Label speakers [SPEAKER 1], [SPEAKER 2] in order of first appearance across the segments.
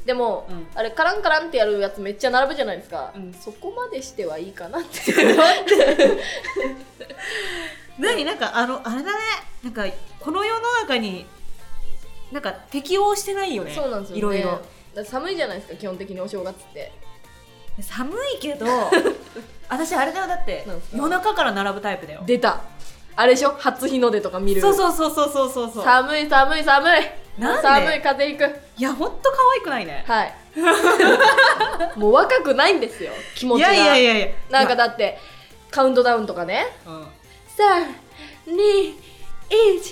[SPEAKER 1] でも、
[SPEAKER 2] うん
[SPEAKER 1] あれカランカランってやるやつめっちゃ並ぶじゃないですか、
[SPEAKER 2] うん
[SPEAKER 1] そこまでしてはいいかなって
[SPEAKER 2] 何なんかあのあれだねなんかこの世の中になんか適応してないよね
[SPEAKER 1] そうなんですよね
[SPEAKER 2] いろいろ
[SPEAKER 1] だって寒いじゃないですか基本的にお正月って
[SPEAKER 2] 寒い けど私あれだよだって
[SPEAKER 1] なんですか
[SPEAKER 2] 夜中から並ぶタイプだよ
[SPEAKER 1] 出たあれでしょ初日の出とか見る
[SPEAKER 2] そうそうそうそうそうそうそう
[SPEAKER 1] 寒い寒い寒い
[SPEAKER 2] なんで
[SPEAKER 1] 寒い風邪ひく
[SPEAKER 2] いやほんと可愛くないね
[SPEAKER 1] はい もう若くないんですよ気持
[SPEAKER 2] い
[SPEAKER 1] ちが
[SPEAKER 2] やいやいやいや
[SPEAKER 1] なんかだってカウントダウンとかね
[SPEAKER 2] うん
[SPEAKER 1] 321ハッピーニューイ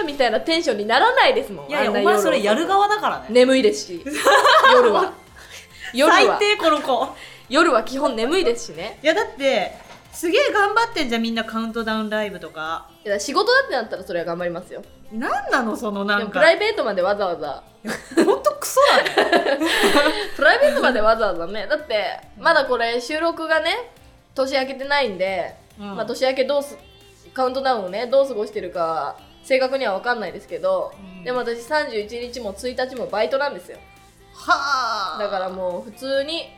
[SPEAKER 1] ヤーみたいなテンションにならないですもん
[SPEAKER 2] いやいや
[SPEAKER 1] あん
[SPEAKER 2] お
[SPEAKER 1] な
[SPEAKER 2] 前それ
[SPEAKER 1] 夜
[SPEAKER 2] や
[SPEAKER 1] は
[SPEAKER 2] る側だからね
[SPEAKER 1] 眠いですし夜は 夜は
[SPEAKER 2] 最低この子
[SPEAKER 1] 夜は基本眠いですしね
[SPEAKER 2] いやだってすげえ頑張ってんじゃんみんなカウントダウンライブとか
[SPEAKER 1] いや仕事だってなったらそれは頑張りますよ
[SPEAKER 2] なんなのその
[SPEAKER 1] で
[SPEAKER 2] な
[SPEAKER 1] も
[SPEAKER 2] ん
[SPEAKER 1] プ
[SPEAKER 2] か
[SPEAKER 1] ライベートまでわざわざ
[SPEAKER 2] ほんとクソだね
[SPEAKER 1] プライベートまでわざわざねだってまだこれ収録がね年明けてないんで、
[SPEAKER 2] うん
[SPEAKER 1] まあ年明けどうすカウントダウンをねどう過ごしてるかは正確には分かんないですけど、
[SPEAKER 2] うん
[SPEAKER 1] でも私31日も1日もバイトなんですよ
[SPEAKER 2] はあ
[SPEAKER 1] だからもう普通に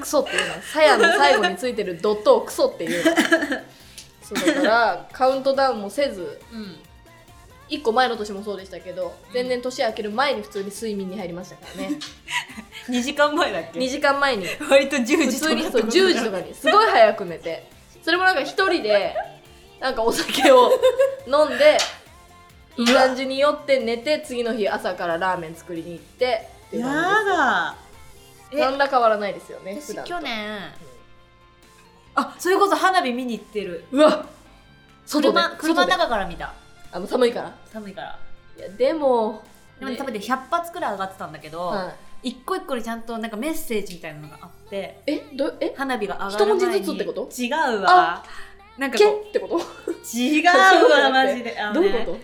[SPEAKER 1] クソっていうのさやの最後についてるドットをクソっていうのそうだからカウントダウンもせず
[SPEAKER 2] うん
[SPEAKER 1] 1個前の年もそうでしたけど全然年明ける前に普通に睡眠に入りましたからね
[SPEAKER 2] 2時間前だっけ
[SPEAKER 1] 2時間前に
[SPEAKER 2] 割と10
[SPEAKER 1] 普
[SPEAKER 2] 時と
[SPEAKER 1] 通
[SPEAKER 2] か
[SPEAKER 1] にそう10時とかにすごい早く寝てそれもなんか一人でなんかお酒を飲んでいい感じに酔って寝て次の日朝からラーメン作りに行ってっていう
[SPEAKER 2] や
[SPEAKER 1] 感じ
[SPEAKER 2] だ
[SPEAKER 1] ですなんら変わらないですよね普
[SPEAKER 2] 私
[SPEAKER 1] 段と
[SPEAKER 2] 去年あそれこそ花火見に行ってる
[SPEAKER 1] うわ外で
[SPEAKER 2] 車車
[SPEAKER 1] 外
[SPEAKER 2] の
[SPEAKER 1] で
[SPEAKER 2] 中から見た
[SPEAKER 1] あの寒いから
[SPEAKER 2] 寒いから
[SPEAKER 1] いやでも
[SPEAKER 2] でもね
[SPEAKER 1] ね
[SPEAKER 2] 多分ね100発くらい上がってたんだけど、
[SPEAKER 1] は
[SPEAKER 2] 一個一個にちゃんとなんかメッセージみたいなのがあって
[SPEAKER 1] いえどえ
[SPEAKER 2] 花火が上がる前に
[SPEAKER 1] 一文字ずつってこと
[SPEAKER 2] 違うわなんか
[SPEAKER 1] け
[SPEAKER 2] こ
[SPEAKER 1] ってこと
[SPEAKER 2] う違う
[SPEAKER 1] そう
[SPEAKER 2] わ
[SPEAKER 1] だっ
[SPEAKER 2] マ
[SPEAKER 1] て
[SPEAKER 2] ジであの
[SPEAKER 1] どう
[SPEAKER 2] ね
[SPEAKER 1] いうこ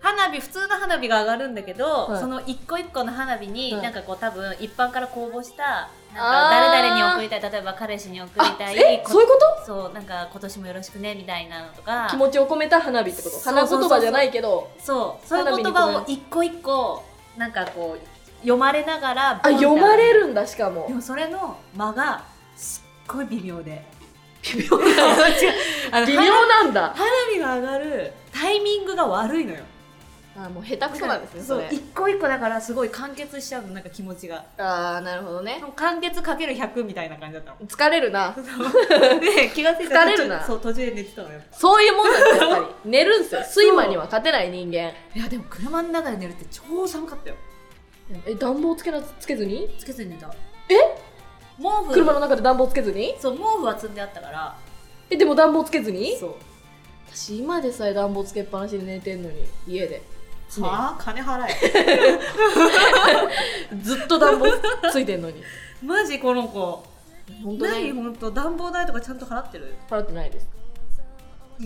[SPEAKER 2] 花火普通の花火が上がるんだけど、
[SPEAKER 1] はい
[SPEAKER 2] その一個一個の花火に、
[SPEAKER 1] はい
[SPEAKER 2] なんかこう多分一般から公募した
[SPEAKER 1] あ
[SPEAKER 2] なん
[SPEAKER 1] ー
[SPEAKER 2] か誰々に送りたい例えば彼氏に送り
[SPEAKER 1] あ
[SPEAKER 2] たい
[SPEAKER 1] え
[SPEAKER 2] こ
[SPEAKER 1] そういうこと
[SPEAKER 2] そうなんか今年もよろしくねみたいなのとか
[SPEAKER 1] 気持ちを込めた花火ってこと
[SPEAKER 2] そう
[SPEAKER 1] 花言葉じゃないけど
[SPEAKER 2] そうそういう言葉を一個一個なんかこう読まれながら
[SPEAKER 1] あ読まれ
[SPEAKER 2] る
[SPEAKER 1] るんだしかも
[SPEAKER 2] でもそれの間がすっごい微妙で
[SPEAKER 1] 微妙
[SPEAKER 2] 違う あの
[SPEAKER 1] 微妙なんだ
[SPEAKER 2] 花火が上がるタイミングが悪いのよ
[SPEAKER 1] あもう下手くそなんですねそ
[SPEAKER 2] そう
[SPEAKER 1] れ
[SPEAKER 2] 一個一個だからすごい完結しちゃうのなんか気持ちが
[SPEAKER 1] ああなるほどね
[SPEAKER 2] 完結かける100みたいな感じ だったの
[SPEAKER 1] 疲れるな
[SPEAKER 2] で気がついたら
[SPEAKER 1] 疲れるな
[SPEAKER 2] 途中そう途中で寝てたのよ
[SPEAKER 1] そういうもんなんですやっぱ り寝るんすよ睡魔には勝てない人間
[SPEAKER 2] いやでも車の中で寝るって超寒かったよ
[SPEAKER 1] え暖房つけなつけずに
[SPEAKER 2] つけずに寝た
[SPEAKER 1] え
[SPEAKER 2] 毛布
[SPEAKER 1] 車の中で暖房つけずに
[SPEAKER 2] そう毛布は積んであったから
[SPEAKER 1] えでも暖房つけずに
[SPEAKER 2] そう
[SPEAKER 1] 私今でさえ暖房つけっぱなしで寝てんのに家で
[SPEAKER 2] はあ金払え
[SPEAKER 1] ずっと暖房ついてん のに
[SPEAKER 2] マジこの子
[SPEAKER 1] 本当
[SPEAKER 2] 何
[SPEAKER 1] に
[SPEAKER 2] 本当暖房代とかちゃんと払ってる
[SPEAKER 1] 払ってないです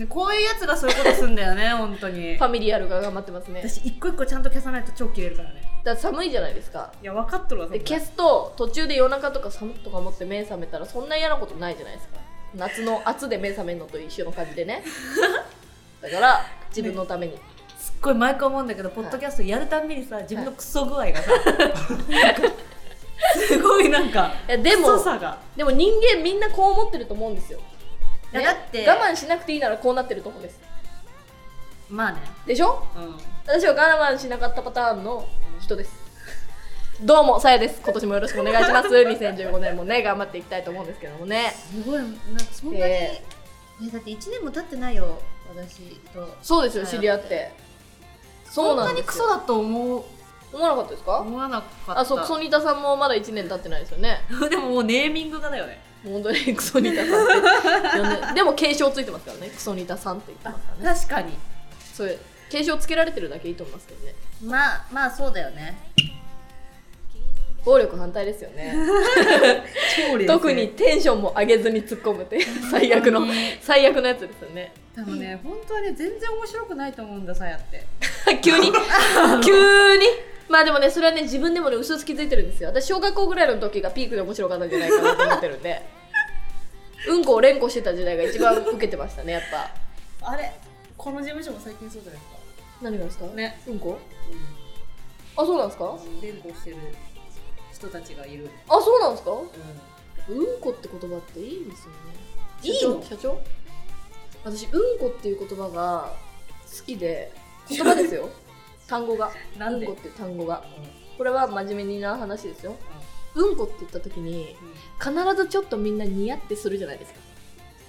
[SPEAKER 2] ねこういうやつがそういうことすんだよね 本当に
[SPEAKER 1] ファミリアルが頑張ってますね
[SPEAKER 2] 私一個一個ちゃんと消さないと超切れるからね
[SPEAKER 1] だって寒いじゃないですか
[SPEAKER 2] いや分かっとるわそん
[SPEAKER 1] で
[SPEAKER 2] な
[SPEAKER 1] 消すと途中で夜中とか寒っとか思って目覚めたらそんな嫌なことないじゃないですか夏の暑で目覚めるのと一緒の感じで ねだから自分のために、
[SPEAKER 2] すっごい毎回思うんだけど、ポッドキャストやるたんびにさ自分のクソ具合がさ、なんかすごいなん か
[SPEAKER 1] いやでも
[SPEAKER 2] クソさが
[SPEAKER 1] でも人間みんなこう思ってると思うんですよ、
[SPEAKER 2] いやだって
[SPEAKER 1] 我慢しなくていいならこうなってると思うんです
[SPEAKER 2] まあね
[SPEAKER 1] でしょ
[SPEAKER 2] うん
[SPEAKER 1] 私は我慢しなかったパターンの人ですどうもさやです今年もよろしくお願いします2015年もね頑張っていきたいと思うんですけどもね
[SPEAKER 2] すごいなんかそんなに、
[SPEAKER 1] え
[SPEAKER 2] えだって1年も経ってないよ私と
[SPEAKER 1] そうですよ
[SPEAKER 2] はい
[SPEAKER 1] 知り合ってそ
[SPEAKER 2] そ
[SPEAKER 1] うんな
[SPEAKER 2] なんに
[SPEAKER 1] で
[SPEAKER 2] ク
[SPEAKER 1] す
[SPEAKER 2] ソ
[SPEAKER 1] よ
[SPEAKER 2] だと思う
[SPEAKER 1] 思わなかったですか
[SPEAKER 2] 思わなかった
[SPEAKER 1] あそうクソニタさんもまだ1年経ってないですよね
[SPEAKER 2] でももうネーミングがだよね
[SPEAKER 1] 本当にクソニタさんって呼んででも継承ついてますからねクソニタさんって言ってますからね
[SPEAKER 2] 確かに
[SPEAKER 1] それ継承つけられてるだけいいと思いますけどね
[SPEAKER 2] まあまあそうだよね
[SPEAKER 1] 暴力反対ですよね
[SPEAKER 2] 超冷静
[SPEAKER 1] 特にテンションも上げずに突っ込むっていう最悪の
[SPEAKER 2] 本当に
[SPEAKER 1] 最悪のやつですよね
[SPEAKER 2] 多分ね本当はね全然面白くないと思うんださや って
[SPEAKER 1] 急に急にまあでもねそれはね自分でもね薄々気づいてるんですよ私小学校ぐらいの時がピークで面白かったんじゃないかなと思ってるんでうんこを連呼してた時代が一番受けてましたねやっぱ
[SPEAKER 2] あれこの事務所も最近そうじゃないですか
[SPEAKER 1] 何がですか
[SPEAKER 2] ね
[SPEAKER 1] うんこあそうなんですか
[SPEAKER 2] 連呼してる人たちがいる、
[SPEAKER 1] あそうなんですかうんこって言葉っていいんですよね
[SPEAKER 2] いいの
[SPEAKER 1] 社長社長私うんこっていう言葉が好きで言葉です よ単語が
[SPEAKER 2] な
[SPEAKER 1] うんん
[SPEAKER 2] で、
[SPEAKER 1] こっていう単語がこれは真面目にな話ですようんこって言った時に必ずちょっとみんなニヤってするじゃないですか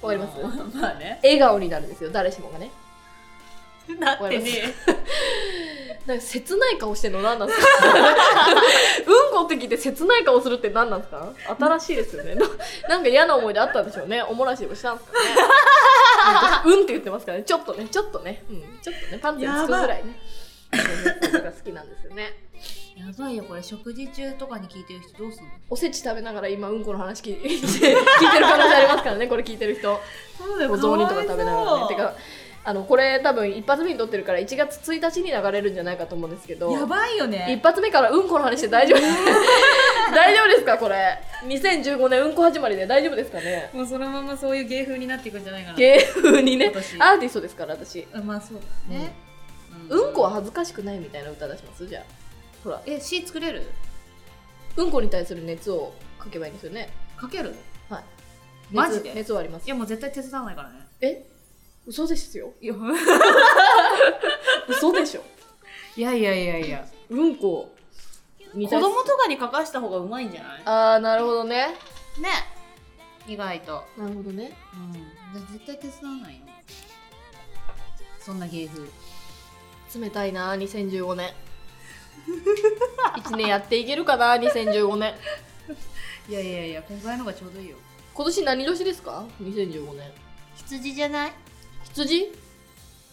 [SPEAKER 1] わかります
[SPEAKER 2] すまあ ね
[SPEAKER 1] 笑顔になるんですよ誰しもがね
[SPEAKER 2] なってね
[SPEAKER 1] なんか切ない顔してるの何なんですか うんこって聞いて切ない顔するって何なんですか新しいですよねな なんか嫌な思い出あったんでしょうねおもらしでもしたんです かねなんかうんって言ってますからねちょっとねちょっとね、うん、ちょっとねパンツにつくぐらいねそういうのが好きなんですよね
[SPEAKER 2] やばいよこれ食事中とかに聞いてる人どうすんの
[SPEAKER 1] おせち食べながら今うんこの話聞いて聞いてる可能性ありますからねこれ聞いてる人
[SPEAKER 2] そうだ
[SPEAKER 1] お雑煮とか食べながらねて
[SPEAKER 2] か
[SPEAKER 1] かあのこれ多分一発目に撮ってるから1月1日に流れるんじゃないかと思うんですけど
[SPEAKER 2] やばいよ
[SPEAKER 1] 一
[SPEAKER 2] ね
[SPEAKER 1] 発目からうんこの話して大丈夫大丈夫 ですかこれ2015年うんこ始まりで大丈夫ですかね
[SPEAKER 2] もうそのままそういう芸風になっていくんじゃないかな
[SPEAKER 1] 芸風にね
[SPEAKER 2] 私
[SPEAKER 1] アーティストですから私
[SPEAKER 2] あまあそうだね、
[SPEAKER 1] うんこは恥ずかしくないみたいな歌出しますじゃあほら
[SPEAKER 2] え C 作れる
[SPEAKER 1] うんこに対する熱をかけばいいんですよね
[SPEAKER 2] かける
[SPEAKER 1] はい熱
[SPEAKER 2] マジで
[SPEAKER 1] 熱はあります
[SPEAKER 2] いやもう絶対手伝わないからね
[SPEAKER 1] え嘘ですよ
[SPEAKER 2] いや
[SPEAKER 1] 嘘でしょ
[SPEAKER 2] いやいやいやいや
[SPEAKER 1] うんこに
[SPEAKER 2] 子
[SPEAKER 1] 対す
[SPEAKER 2] 供とかに書かした方がうまいんじゃない
[SPEAKER 1] ああなるほどね
[SPEAKER 2] ね意外と
[SPEAKER 1] なるほどね
[SPEAKER 2] うん絶対手伝わないよそんな芸風
[SPEAKER 1] 冷たいな2015年 一年やっていけるかな2015年
[SPEAKER 2] いやいやいや今回のがちょうどいいよ
[SPEAKER 1] 今年何年ですか2015年
[SPEAKER 2] 羊じゃない
[SPEAKER 1] 羊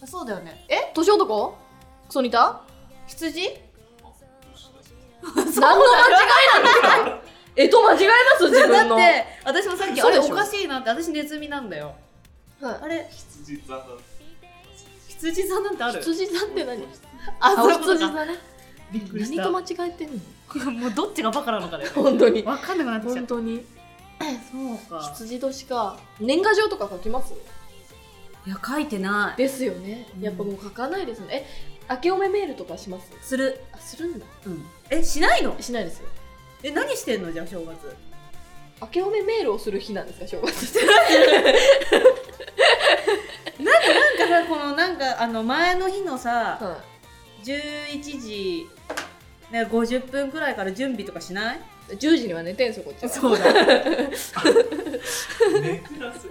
[SPEAKER 2] あそうだよね
[SPEAKER 1] え年男クソニタ
[SPEAKER 2] 羊
[SPEAKER 1] 何の間違いなんですか えと間違えます自分
[SPEAKER 2] だ
[SPEAKER 1] の
[SPEAKER 2] って私もさっきあ
[SPEAKER 1] そう
[SPEAKER 2] れ
[SPEAKER 1] でし
[SPEAKER 2] お
[SPEAKER 1] ょ
[SPEAKER 2] かしいなって私ネズミなんだよ
[SPEAKER 1] はい
[SPEAKER 2] あれ
[SPEAKER 3] 羊座の
[SPEAKER 2] 羊羊座なんてある
[SPEAKER 1] 羊座って何
[SPEAKER 2] あ
[SPEAKER 1] あ
[SPEAKER 2] そういうこと
[SPEAKER 1] 羊
[SPEAKER 2] か
[SPEAKER 1] 座ね
[SPEAKER 2] びっくり
[SPEAKER 1] 何
[SPEAKER 2] した
[SPEAKER 1] と間
[SPEAKER 2] も
[SPEAKER 1] 違えてんの
[SPEAKER 2] うどっちがバカなのかね
[SPEAKER 1] 本当に
[SPEAKER 2] わかんなくなってきちゃ
[SPEAKER 1] 本
[SPEAKER 2] った
[SPEAKER 1] 当に
[SPEAKER 2] そうか
[SPEAKER 1] 羊年か年賀状とか書きます
[SPEAKER 2] いや書いてない
[SPEAKER 1] ですよね
[SPEAKER 2] うん
[SPEAKER 1] やっぱもう書かないですねえ明けおめメールとかします
[SPEAKER 2] する、
[SPEAKER 1] あするんだ
[SPEAKER 2] うん、えしないの
[SPEAKER 1] しないですよ
[SPEAKER 2] え何してんのじゃあ正月
[SPEAKER 1] 明けおめメールをする日なんですか正月って
[SPEAKER 2] なんかさこのなんかあの前の日のさ
[SPEAKER 1] は
[SPEAKER 2] 11時ね50分くらいから準備とかしない
[SPEAKER 1] い10時には寝てんすよこっちは
[SPEAKER 2] うだ
[SPEAKER 3] ネクラス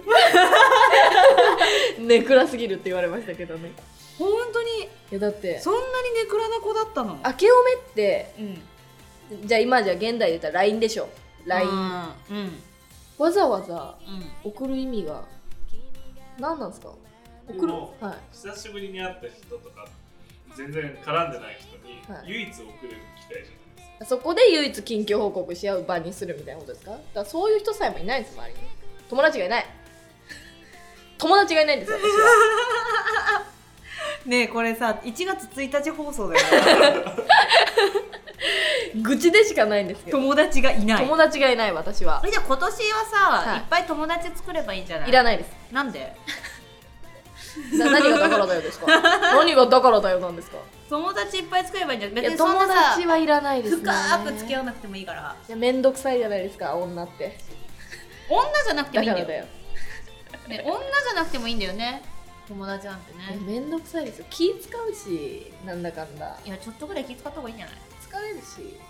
[SPEAKER 1] 寝暗すぎるって言われましたけどね
[SPEAKER 2] 本当に
[SPEAKER 1] いやだって
[SPEAKER 2] そんなにネクラな子だったの
[SPEAKER 1] 明けおめって
[SPEAKER 2] うん
[SPEAKER 1] じゃあ今じゃ現代で言ったら LINE でしょ LINE
[SPEAKER 2] うんうん
[SPEAKER 1] わざわざ
[SPEAKER 2] うん
[SPEAKER 1] 送る意味が何なんですか送
[SPEAKER 3] で
[SPEAKER 1] る
[SPEAKER 3] も
[SPEAKER 1] は
[SPEAKER 3] 久しぶりに会った人とか全然絡んでない人に
[SPEAKER 1] はい
[SPEAKER 3] 唯一送る機会じゃない
[SPEAKER 1] いそこで唯一近況報告し合う場にするみたいなことですかだからそういう人さえもいないんです周りに友達がいない友達がいないんですよ私は
[SPEAKER 2] ねえこれさ1月1日放送 だよね
[SPEAKER 1] 愚痴でしかないんですけど
[SPEAKER 2] 友達がいない
[SPEAKER 1] 友達がいない私は
[SPEAKER 2] えじゃあ今年はさ、
[SPEAKER 1] はい
[SPEAKER 2] い、っぱい友達作ればいいんじゃない
[SPEAKER 1] いらないです
[SPEAKER 2] なんで
[SPEAKER 1] な何がだからだよ ですか何がだからだよなんですか
[SPEAKER 2] 友達いっぱい作ればいいんじゃない
[SPEAKER 1] いや
[SPEAKER 2] 別にそん
[SPEAKER 1] 友
[SPEAKER 2] なさ
[SPEAKER 1] 達はいらないですね
[SPEAKER 2] 深く付き合わなくてもいいから
[SPEAKER 1] いやめんどくさいじゃないですか女って
[SPEAKER 2] 女じゃなくて
[SPEAKER 1] だ
[SPEAKER 2] もいい
[SPEAKER 1] か
[SPEAKER 2] んだ
[SPEAKER 1] ら
[SPEAKER 2] よ
[SPEAKER 1] だよ
[SPEAKER 2] ね、女じゃなくてもいいんだよね友達なんて
[SPEAKER 1] いや
[SPEAKER 2] ね
[SPEAKER 1] めんどくさいですよ気使うしなんだかんだ
[SPEAKER 2] いやちょっとぐらい気使った方がいいんじゃない
[SPEAKER 1] 疲れるし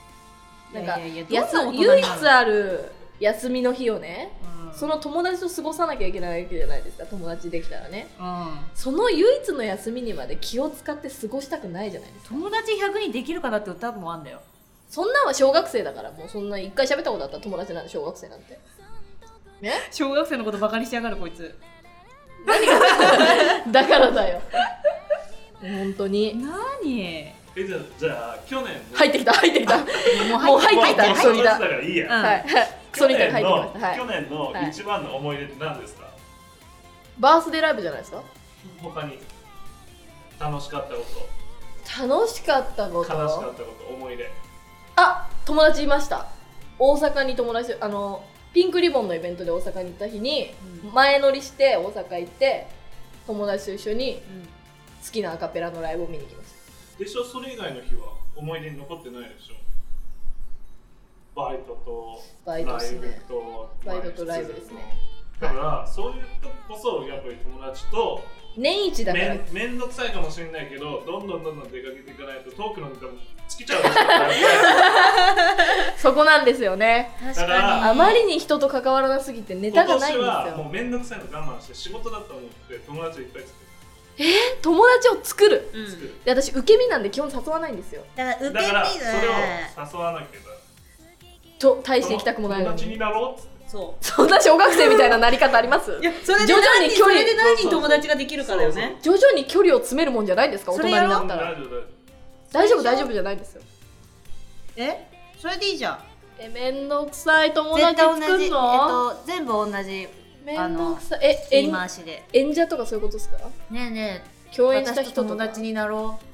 [SPEAKER 1] なん
[SPEAKER 2] い
[SPEAKER 1] か
[SPEAKER 2] やいやいや
[SPEAKER 1] や
[SPEAKER 2] どんな大人にな
[SPEAKER 1] 唯
[SPEAKER 2] る
[SPEAKER 1] 一ある休みの日をね
[SPEAKER 2] うん
[SPEAKER 1] その友達と過ごさなきゃいけないわけじゃないですか友達できたらね
[SPEAKER 2] うん
[SPEAKER 1] その唯一の休みにまで気を使って過ごしたくないじゃないですか
[SPEAKER 2] 友達100人できるかなって歌もあんだよ
[SPEAKER 1] そんなんは小学生だからもうそんな一回喋ったことあったら友達なんで小学生なんてね
[SPEAKER 2] 小学生のことバカにしやがるこいつ
[SPEAKER 1] だからだよ本当に
[SPEAKER 2] なに
[SPEAKER 3] えじゃあじゃあ去年
[SPEAKER 1] 入ってきた入ってきたもう入ってきた
[SPEAKER 3] まあ
[SPEAKER 1] クソリ
[SPEAKER 3] まあ
[SPEAKER 1] だ
[SPEAKER 3] クソだからいいや、
[SPEAKER 2] うん
[SPEAKER 1] はいクソ
[SPEAKER 3] 去
[SPEAKER 1] リタ
[SPEAKER 3] 年
[SPEAKER 1] が入って
[SPEAKER 3] の
[SPEAKER 1] きましたはい
[SPEAKER 3] 去年の
[SPEAKER 1] はい
[SPEAKER 3] 一番の思い出って何ですか、
[SPEAKER 1] バースデーライブじゃないですか
[SPEAKER 3] 他に楽しかったこ
[SPEAKER 1] 楽しかったこと
[SPEAKER 3] 悲しかった
[SPEAKER 1] と
[SPEAKER 3] こと思い出
[SPEAKER 1] あ友達いました大阪に友達あのピンクリボンのイベントで大阪に行った日に前乗りして大阪行って友達と一緒に好きなアカペラのライブを見に行きまし
[SPEAKER 3] でしょそれ以外の日は思い出に残ってないでしょバイトと
[SPEAKER 1] バイトですね
[SPEAKER 3] ブと
[SPEAKER 1] バイトとライブですね
[SPEAKER 3] だから、そういうとこそやっぱり友達と
[SPEAKER 1] た年一だか
[SPEAKER 3] め
[SPEAKER 1] ら
[SPEAKER 3] んめんどくさいかもしれないけどどんどんどんどん出かけていかないとトークのネタも尽きちゃ うでしょ
[SPEAKER 1] そこなんですよね
[SPEAKER 2] 確
[SPEAKER 3] だから
[SPEAKER 1] あまりに人と関わらなすぎてネタ
[SPEAKER 3] 今
[SPEAKER 1] がないん
[SPEAKER 3] 年
[SPEAKER 1] です
[SPEAKER 3] はも
[SPEAKER 1] よ
[SPEAKER 3] うめんどくさいの我慢して仕事だと思って友達をいっぱい作って
[SPEAKER 1] 友達を作る
[SPEAKER 2] うん
[SPEAKER 3] 作る、
[SPEAKER 1] で私受け身なんで基本誘わないんですよ
[SPEAKER 2] だから受
[SPEAKER 3] だ
[SPEAKER 2] け
[SPEAKER 3] から
[SPEAKER 2] 身
[SPEAKER 3] それ
[SPEAKER 2] だね
[SPEAKER 3] を誘わなければ
[SPEAKER 1] と大して行きたくもないの
[SPEAKER 3] 友達に
[SPEAKER 1] に
[SPEAKER 3] なろうっつって
[SPEAKER 2] そ
[SPEAKER 1] そんな小学生みたいななり方あります
[SPEAKER 2] ういやそれで
[SPEAKER 1] 徐々に
[SPEAKER 2] 何人
[SPEAKER 1] 距離
[SPEAKER 2] それで何人友達ができるかだよ
[SPEAKER 3] そうそう
[SPEAKER 2] ね
[SPEAKER 1] 徐々に距離を詰めるもんじゃないですか大
[SPEAKER 2] そ
[SPEAKER 1] 人
[SPEAKER 2] れ
[SPEAKER 1] に
[SPEAKER 2] やろう
[SPEAKER 1] なったら
[SPEAKER 3] 大丈夫大丈夫
[SPEAKER 1] 大丈夫大丈夫じゃないですよ
[SPEAKER 2] えそれでいいじゃん
[SPEAKER 1] えめんどくさい友
[SPEAKER 2] 絶
[SPEAKER 1] 達
[SPEAKER 2] 対同
[SPEAKER 1] 作ん
[SPEAKER 2] じ、えっ
[SPEAKER 1] の、
[SPEAKER 2] と、全部同じ
[SPEAKER 1] めんどくさいえ
[SPEAKER 2] 言
[SPEAKER 1] 演
[SPEAKER 2] い回しで
[SPEAKER 1] 演者とかそういうことですか
[SPEAKER 2] ねえねえ
[SPEAKER 1] 共演した
[SPEAKER 2] 私
[SPEAKER 1] 人
[SPEAKER 2] と
[SPEAKER 1] と
[SPEAKER 2] 友
[SPEAKER 1] か
[SPEAKER 2] 達になろう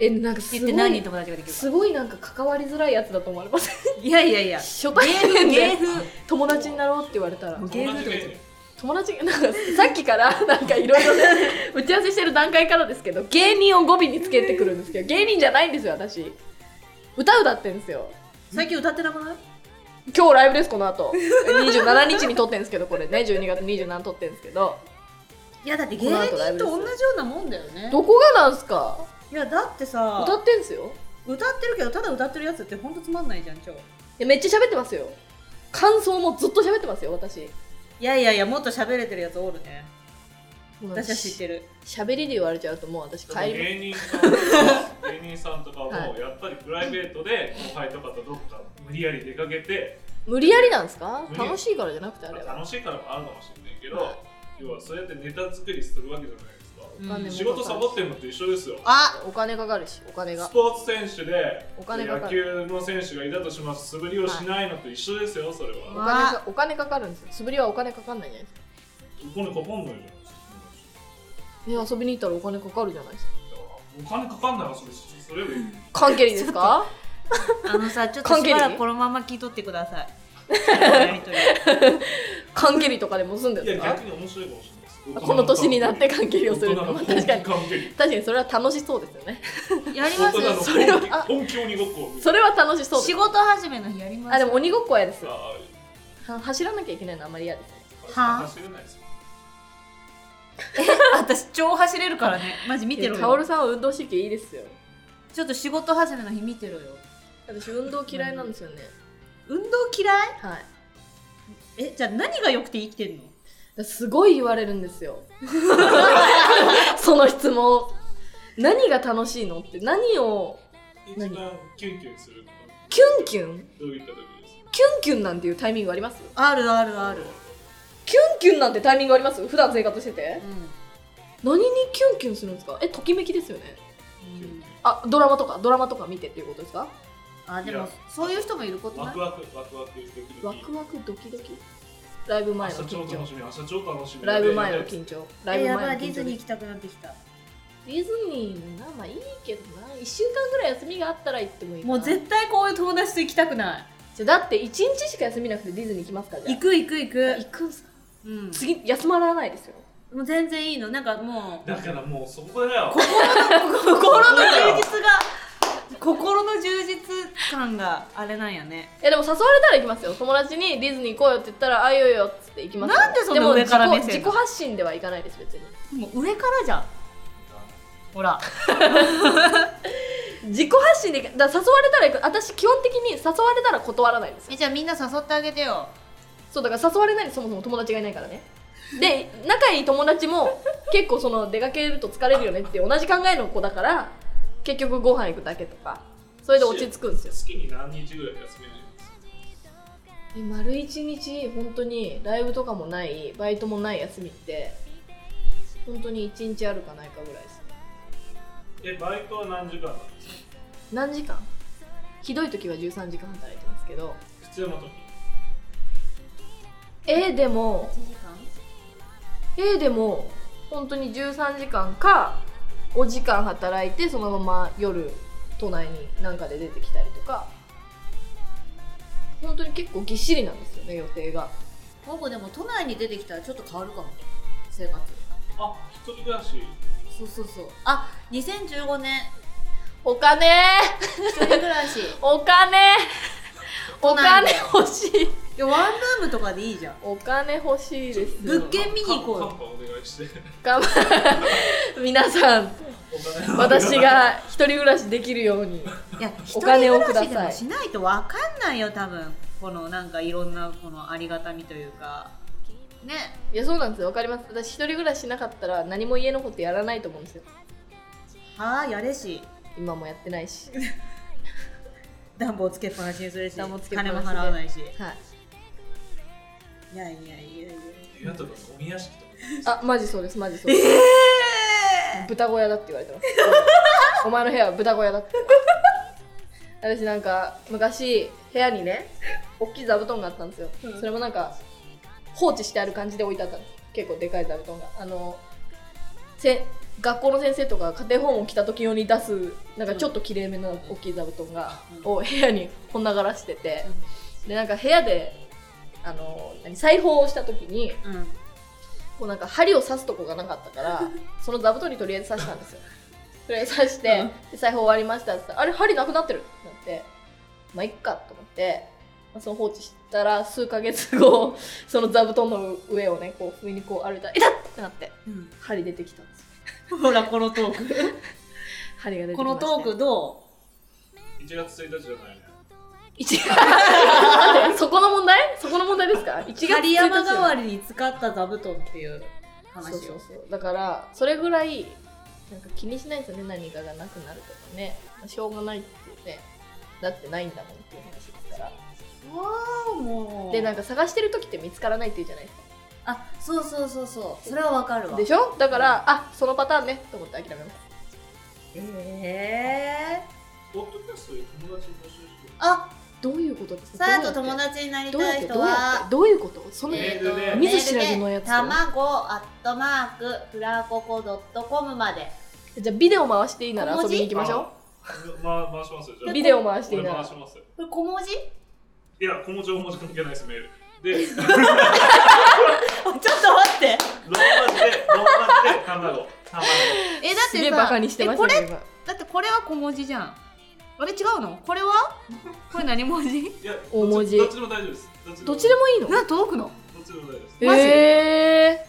[SPEAKER 1] えなんか
[SPEAKER 2] って
[SPEAKER 1] す
[SPEAKER 2] 言っ
[SPEAKER 1] ご
[SPEAKER 2] て何人
[SPEAKER 1] い
[SPEAKER 2] 友達ができるか
[SPEAKER 1] すごいなんか関わりづらいやつだと思われます
[SPEAKER 2] いやいやい や
[SPEAKER 1] 初対面
[SPEAKER 2] 芸
[SPEAKER 1] で
[SPEAKER 2] 風
[SPEAKER 1] 友達になろうって言われたら
[SPEAKER 2] 芸風とか言
[SPEAKER 3] 友
[SPEAKER 2] って
[SPEAKER 3] 達
[SPEAKER 1] 友達がなんかさっきから なんかいろいろね 打ち合わせしてる段階からですけど芸人を語尾につけてくるんですけど芸人じゃないんですよ私歌歌ってんですよ
[SPEAKER 2] 最近歌ってなくない
[SPEAKER 1] 今日ライブですこの 後27日に撮ってんですけどこれね12月27日撮ってんですけど
[SPEAKER 2] いやだって芸
[SPEAKER 1] この後ライブで
[SPEAKER 2] 人と
[SPEAKER 1] す
[SPEAKER 2] 同じようなもんだよね
[SPEAKER 1] どこがなんすか
[SPEAKER 2] いやだってさ
[SPEAKER 1] 歌ってんすよ
[SPEAKER 2] 歌ってるけどただ歌ってるやつってほんとつまんないじゃん超
[SPEAKER 1] いやめっちゃ喋ってますよ感想もずっと喋ってますよ私
[SPEAKER 2] いやいやいやもっと喋れてるやつおるね私は知ってる
[SPEAKER 1] 喋りで言われちゃうともう私
[SPEAKER 3] で
[SPEAKER 1] 帰り
[SPEAKER 3] 芸人さんとか芸人さんとかも
[SPEAKER 1] はい
[SPEAKER 3] やっぱりプライベートで後輩とかとどっか無理やり出かけて
[SPEAKER 1] 無理やりなんですか
[SPEAKER 3] 無理
[SPEAKER 1] 楽しいからじゃなくてあれは
[SPEAKER 3] 楽しいからもあるかもしれないけど、
[SPEAKER 1] はい
[SPEAKER 3] 要はそうやってネタ作りするわけじゃないですか、
[SPEAKER 2] ん
[SPEAKER 1] お金も
[SPEAKER 3] 仕事サボってるのと一緒ですよ
[SPEAKER 2] あ
[SPEAKER 1] お金かかるしお金が
[SPEAKER 3] スポーツ選手で
[SPEAKER 1] お金かか
[SPEAKER 3] 野
[SPEAKER 1] る
[SPEAKER 3] 球の選手がいたとします素振りをしないのと一緒ですよそれ
[SPEAKER 1] お
[SPEAKER 3] は、
[SPEAKER 1] 金がお金かかるんですよ素振りはお金かかんないじゃないですか
[SPEAKER 3] ここにかかんないじゃん
[SPEAKER 1] え遊びに行ったらお金かかるじゃないですか
[SPEAKER 3] お金かかんない遊びしそれより
[SPEAKER 1] 関係ですか
[SPEAKER 2] あのさ、ちょっとしばらくこのまま聞いとってください。やりとり
[SPEAKER 1] 関係とかでもすんで
[SPEAKER 3] い
[SPEAKER 1] るん
[SPEAKER 3] や
[SPEAKER 1] ですか
[SPEAKER 3] 逆に面白いかもしれないです
[SPEAKER 1] この年になって関係をするの
[SPEAKER 3] 大人の
[SPEAKER 1] まあ
[SPEAKER 3] 本気
[SPEAKER 1] 確かに
[SPEAKER 3] 関係
[SPEAKER 1] 確かにそれは楽しそうですよね
[SPEAKER 2] やり
[SPEAKER 3] 大
[SPEAKER 2] ま
[SPEAKER 3] 人の
[SPEAKER 2] す。
[SPEAKER 1] それは
[SPEAKER 3] 本気本気鬼ごっこ
[SPEAKER 1] それは楽しそうで
[SPEAKER 2] 仕
[SPEAKER 1] す
[SPEAKER 2] 事始めの日やります。
[SPEAKER 1] あでも鬼ごっこは嫌ですよ
[SPEAKER 3] あ
[SPEAKER 1] は走らなきゃいけないのあんまり嫌ですね
[SPEAKER 3] ー
[SPEAKER 2] は
[SPEAKER 3] 走れないですよ
[SPEAKER 2] 私超走れるからね。 マジ見てろ
[SPEAKER 1] カオル
[SPEAKER 2] よ。
[SPEAKER 1] さんは運動神経いいですよ
[SPEAKER 2] ちょっと仕事始めの日見てろよ。
[SPEAKER 1] 私運動嫌いなんですよね、
[SPEAKER 2] 運動嫌い？
[SPEAKER 1] はい
[SPEAKER 2] え、じゃあ何が良くて生きてんの？
[SPEAKER 1] すごい言われるんです よその質問何が楽しいのって何を
[SPEAKER 3] 一
[SPEAKER 1] 何
[SPEAKER 3] 番キュンキュンするのは
[SPEAKER 1] キュンキュン
[SPEAKER 3] どういった時ですか
[SPEAKER 1] キュンキュンなんていうタイミングあります
[SPEAKER 2] あるあるある。
[SPEAKER 1] キュンキュンなんてタイミングあります普段生活してて
[SPEAKER 2] う
[SPEAKER 1] 何にキュンキュンするんですかえときめきですよね
[SPEAKER 2] ん。うん
[SPEAKER 1] あドラマとかドラマとか見てっていうことですか
[SPEAKER 2] あ、で
[SPEAKER 3] い
[SPEAKER 2] も
[SPEAKER 3] や
[SPEAKER 2] そういう人もいること
[SPEAKER 3] ワ
[SPEAKER 2] ない
[SPEAKER 3] ク。ワクワクワクドキド
[SPEAKER 1] ワ
[SPEAKER 3] キ
[SPEAKER 1] クワクドキドキライブ前の
[SPEAKER 3] 朝超
[SPEAKER 1] 緊
[SPEAKER 3] 楽し
[SPEAKER 1] 張
[SPEAKER 3] み朝超楽しみ
[SPEAKER 1] ライブ前の緊張ライ
[SPEAKER 2] え
[SPEAKER 1] ブ
[SPEAKER 2] や
[SPEAKER 1] 前の
[SPEAKER 2] ばいデ
[SPEAKER 1] 緊
[SPEAKER 2] ィズ
[SPEAKER 1] 張
[SPEAKER 2] ニー
[SPEAKER 1] で
[SPEAKER 2] 行
[SPEAKER 1] す
[SPEAKER 2] きたくなってきた。
[SPEAKER 1] ディズニーなまあいいけどな1週間ぐらい休みがあったら行ってもいいかな
[SPEAKER 2] もう絶対こういう友達と行きたくな
[SPEAKER 1] じゃあだって1日しか休みなくてディズニー行きますから
[SPEAKER 2] い。
[SPEAKER 1] じゃ
[SPEAKER 2] 行く行く行
[SPEAKER 1] あ
[SPEAKER 2] く。
[SPEAKER 1] 行くんすか
[SPEAKER 2] うん。
[SPEAKER 1] 次休まらないです よ
[SPEAKER 2] もう全然いいの。なんかもう
[SPEAKER 3] だからもうそこだよ
[SPEAKER 2] 心の充実が心の充実感があれなんやね
[SPEAKER 1] いやでも誘われたら行きますよ友達にディズニー行こうよって言ったらあいいよいいよっつって行きますよ
[SPEAKER 2] なんでそんな上から目線
[SPEAKER 1] でも自己自己発信では行かないです別に
[SPEAKER 2] もう上からじゃんほら
[SPEAKER 1] 自己発信でだから誘われたら行く私基本的に誘われたら断らないですよ
[SPEAKER 2] えじゃあみんな誘ってあげてよ
[SPEAKER 1] そうだから誘われないでそもそも友達がいないからねで仲いい友達も結構その出かけると疲れるよねっていう同じ考えの子だから結局ご飯行くだけとかそれで落ち着くんですよ
[SPEAKER 3] 月に何日ぐらい休みなんですか
[SPEAKER 1] え丸一日本当にライブとかもないバイトもない休みって本当に1日あるかないかぐらいですね
[SPEAKER 3] えバイトは何時間なんですか
[SPEAKER 1] 何時間ひどい時は13時間働いてますけど
[SPEAKER 3] 普通の時
[SPEAKER 1] えー、でも
[SPEAKER 2] 1時間
[SPEAKER 1] えー、でも本当に13時間かお時間働いてそのまま夜都内になんかで出てきたりとか本当に結構ぎっしりなんですよね予定が
[SPEAKER 2] 午後でも都内に出てきたらちょっと変わるかも生活
[SPEAKER 3] あ一人暮らし
[SPEAKER 2] そうそうそうあ2015年
[SPEAKER 1] お金
[SPEAKER 2] 一人暮ら し
[SPEAKER 1] お金お金欲しい
[SPEAKER 2] いやワンルームとかでいいじゃん
[SPEAKER 1] お金欲しいです
[SPEAKER 2] 物件見に行こうよ
[SPEAKER 3] カンパお願いして
[SPEAKER 1] 頑張皆さん
[SPEAKER 3] お金
[SPEAKER 1] 私 が一人暮らしできるように
[SPEAKER 2] いや
[SPEAKER 1] お金をください
[SPEAKER 2] 一人暮らしでもしないとわかんないよ多分このなんかいろんなこのありがたみというかね
[SPEAKER 1] いやそうなんですよわかります私一人暮らししなかったら何も家のことやらないと思うんですよ
[SPEAKER 2] はあやれし
[SPEAKER 1] 今もやってないし
[SPEAKER 2] 暖房つけっぱなしにするし
[SPEAKER 1] 暖房つけっぱなし
[SPEAKER 2] 金
[SPEAKER 1] で
[SPEAKER 2] も払わないし
[SPEAKER 1] はい
[SPEAKER 2] いやいやいやいや
[SPEAKER 3] 部屋とかゴミ屋敷とか
[SPEAKER 1] あマジそうですマジそうです、豚小屋だって言われてますお前の部屋は豚小屋だって私なんか昔部屋にね大きい座布団があったんですよ、
[SPEAKER 2] うん
[SPEAKER 1] それもなんか放置してある感じで置いてあったんです結構でかい座布団があのせ学校の先生とか家庭訪問来た時用に出すなんかちょっときれいめの大きい座布団が、
[SPEAKER 2] うん
[SPEAKER 1] を部屋にほんながらしてて、でなんか部屋であの何裁縫をした時に
[SPEAKER 2] うんうん
[SPEAKER 1] こうなんか針を刺すとこがなかったから その座布団にとりあえず刺したんですよとりあえず刺して、
[SPEAKER 2] うん
[SPEAKER 1] で裁縫終わりましたって言ったらあれ針なくなってるってなってまあいっかと思って、まあ、その放置したら数ヶ月後 その座布団の上をねこう上にこう歩いたら「痛っ!」ってなって針出てきたんですよ
[SPEAKER 2] ほらこのトーク
[SPEAKER 1] 針 が出てき
[SPEAKER 2] こ
[SPEAKER 1] ま
[SPEAKER 2] の
[SPEAKER 1] して
[SPEAKER 2] トークど
[SPEAKER 3] 1月1日じゃないね
[SPEAKER 1] 一月そこの問題そこの問題ですか1
[SPEAKER 2] う
[SPEAKER 1] 月
[SPEAKER 2] 針山代わ
[SPEAKER 1] り
[SPEAKER 2] りに使った座布団っていう話
[SPEAKER 1] そ
[SPEAKER 2] を
[SPEAKER 1] うそうそうだからそれぐらいなんか気にしないですよね何かがなくなるとかね、まあしょうがないっていうねだってないんだもんっていう話ですから
[SPEAKER 2] わーもう
[SPEAKER 1] でなんか探してる時って見つからないっていうじゃないですか
[SPEAKER 2] あそうそうそうそうそれはわかるわ
[SPEAKER 1] でしょだからあそのパターンねと思って諦めます
[SPEAKER 2] ええー、
[SPEAKER 3] ポッドキャストで友達募集してる
[SPEAKER 2] あ
[SPEAKER 1] どういうことです
[SPEAKER 4] さあと友達になり
[SPEAKER 1] どうや
[SPEAKER 4] た
[SPEAKER 1] っ
[SPEAKER 4] い
[SPEAKER 1] て
[SPEAKER 4] 人
[SPEAKER 1] どうやって
[SPEAKER 4] は
[SPEAKER 1] どういうことその
[SPEAKER 3] え
[SPEAKER 4] えーと
[SPEAKER 1] 見ず知らずのやつ
[SPEAKER 4] メールで卵アットマークフラココドットコムまで
[SPEAKER 1] じゃあビデオ回していいなら
[SPEAKER 4] 小
[SPEAKER 1] 遊
[SPEAKER 4] 文字
[SPEAKER 1] びに行きましょ
[SPEAKER 3] う。ま回しますよ。じゃ
[SPEAKER 1] う
[SPEAKER 3] あ
[SPEAKER 1] ビデオ回していい
[SPEAKER 3] 俺
[SPEAKER 1] な
[SPEAKER 3] 回
[SPEAKER 1] ら
[SPEAKER 3] しますよ。
[SPEAKER 4] これ小 文字
[SPEAKER 3] いや、この情報文字関係ないです、メール。で、ロー
[SPEAKER 2] ちょっと待って
[SPEAKER 3] マ字で、ローマ字で 卵。卵。
[SPEAKER 2] えだっ
[SPEAKER 1] すげ
[SPEAKER 2] て
[SPEAKER 1] え
[SPEAKER 2] さ
[SPEAKER 1] バカにしてま
[SPEAKER 2] え
[SPEAKER 1] す
[SPEAKER 2] これ
[SPEAKER 1] ね今
[SPEAKER 2] だってこれは小文字じゃんあれ違うのこれ はこれ何文字
[SPEAKER 3] いや、
[SPEAKER 1] 大文字
[SPEAKER 3] どっちでも大丈夫です。
[SPEAKER 1] どっちで
[SPEAKER 3] も。
[SPEAKER 1] もいいの
[SPEAKER 2] な届くの
[SPEAKER 3] どっちでも大丈夫です。
[SPEAKER 2] マジ
[SPEAKER 1] え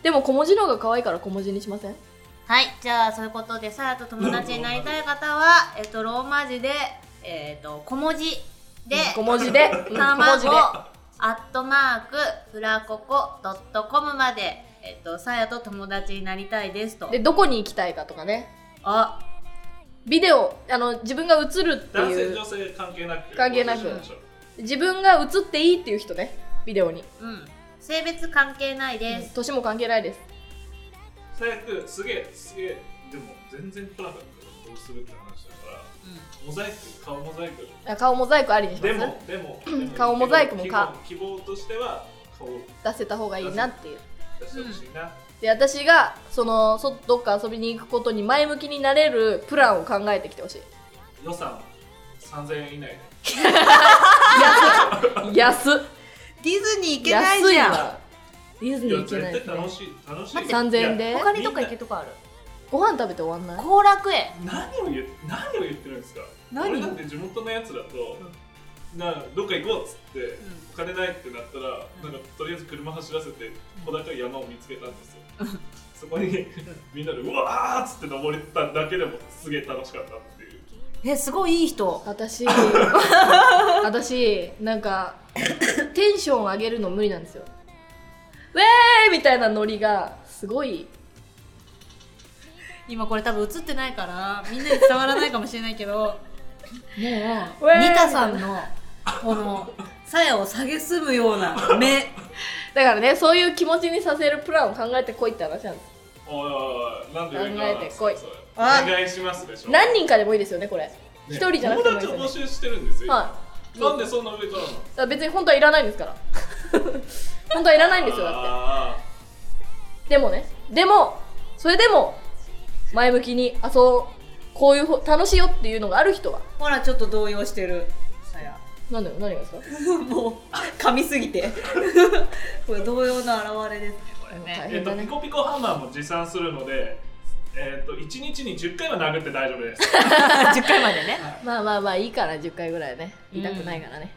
[SPEAKER 1] ー、でも小文字の方が可愛いから小文字にしません
[SPEAKER 4] はいじゃあそういうことでさあと友達になりたい方はえっとローマ字でえっと小文字で
[SPEAKER 1] 小文字でうん小文字
[SPEAKER 4] 卵
[SPEAKER 1] で
[SPEAKER 4] アットマークフラココドットコムまでえっとさやと友達になりたいですと
[SPEAKER 1] でどこに行きたいかとかね
[SPEAKER 4] あ
[SPEAKER 1] ビデオあの自分が映るって
[SPEAKER 3] 男性
[SPEAKER 1] いう
[SPEAKER 3] 女性関係なく
[SPEAKER 1] 関係なく
[SPEAKER 3] こういう人でしょ
[SPEAKER 1] 自分が映っていいっていう人ねビデオに
[SPEAKER 4] うん性別関係ないです、
[SPEAKER 1] 年も関係ないです
[SPEAKER 3] 最悪すげえすげえでも全然来なかったからどうするって話だからモザイク顔モザイク
[SPEAKER 1] あ顔モザイクありにしま
[SPEAKER 3] ですもでもでも
[SPEAKER 1] 顔モザイクもか
[SPEAKER 3] 希望希望としては顔を
[SPEAKER 1] 出せた方がいいなっていう
[SPEAKER 3] 出してほしいな、
[SPEAKER 1] で私がそのそどっか遊びに行くことに前向きになれるプランを考えてきてほしい
[SPEAKER 3] 予算3000円以内で
[SPEAKER 1] 安っ
[SPEAKER 2] ディズニー行けない
[SPEAKER 1] 安い
[SPEAKER 2] じゃん
[SPEAKER 1] わディズニ
[SPEAKER 3] い
[SPEAKER 1] ー
[SPEAKER 3] や
[SPEAKER 1] 行けないで
[SPEAKER 3] 絶
[SPEAKER 1] す
[SPEAKER 3] 対
[SPEAKER 1] ね
[SPEAKER 3] 楽しい楽しい
[SPEAKER 4] 待って
[SPEAKER 1] 3000円で
[SPEAKER 3] いや
[SPEAKER 4] 他にどっか行けるとこある
[SPEAKER 1] ご飯食べて終わんない
[SPEAKER 4] 後楽園
[SPEAKER 3] みんな何を言う何を言ってるんですか
[SPEAKER 2] 何
[SPEAKER 3] 俺だって地元のやつだと、なんかどっか行こうっつって、お金ないってなったら、なんかとりあえず車走らせて小高い山を見つけたんですよ、そこにみんなでうわーっつって登れただけでもすげえ楽しかったっていう
[SPEAKER 2] えすごいいい人
[SPEAKER 1] 私私なんかテンション上げるの無理なんですよウェーイみたいなノリがすごい
[SPEAKER 2] 今これ多分映ってないからみんなに伝わらないかもしれないけど もう
[SPEAKER 1] ェーイ
[SPEAKER 2] ニタさんのこのさやを下げすむような目
[SPEAKER 1] だからねそういう気持ちにさせるプランを考えてこいって話なんです
[SPEAKER 3] おいおいおいなんで上からなんですか
[SPEAKER 1] 考えてこい
[SPEAKER 3] それお
[SPEAKER 2] あ
[SPEAKER 3] 願いしますでしょ
[SPEAKER 1] 何人かでもいいですよねこれ一、人じゃなくてもいいですよ
[SPEAKER 3] 友
[SPEAKER 1] ね
[SPEAKER 3] 達を募集してるんですよ、
[SPEAKER 1] はい
[SPEAKER 3] なんでそんな上からなの
[SPEAKER 1] だから別に本当はいらないんですから 本当はいらないんですよだっ
[SPEAKER 3] あ
[SPEAKER 1] てでもねでもそれでも前向きにあそうこういうほ楽しいよっていうのがある人は
[SPEAKER 2] ほらちょっと動揺してるさや
[SPEAKER 1] 何だよ何がですか
[SPEAKER 2] もう噛みすぎてこれ動揺の表れです
[SPEAKER 1] 大
[SPEAKER 3] ーえっ
[SPEAKER 1] 変
[SPEAKER 3] と
[SPEAKER 1] だ
[SPEAKER 3] ピ
[SPEAKER 1] ね
[SPEAKER 3] コピコハンマーも持参するのでえっと1日に10回は殴って大丈夫です
[SPEAKER 2] 10回までね
[SPEAKER 1] まあまあまあいいから10回ぐらいね痛くないからね、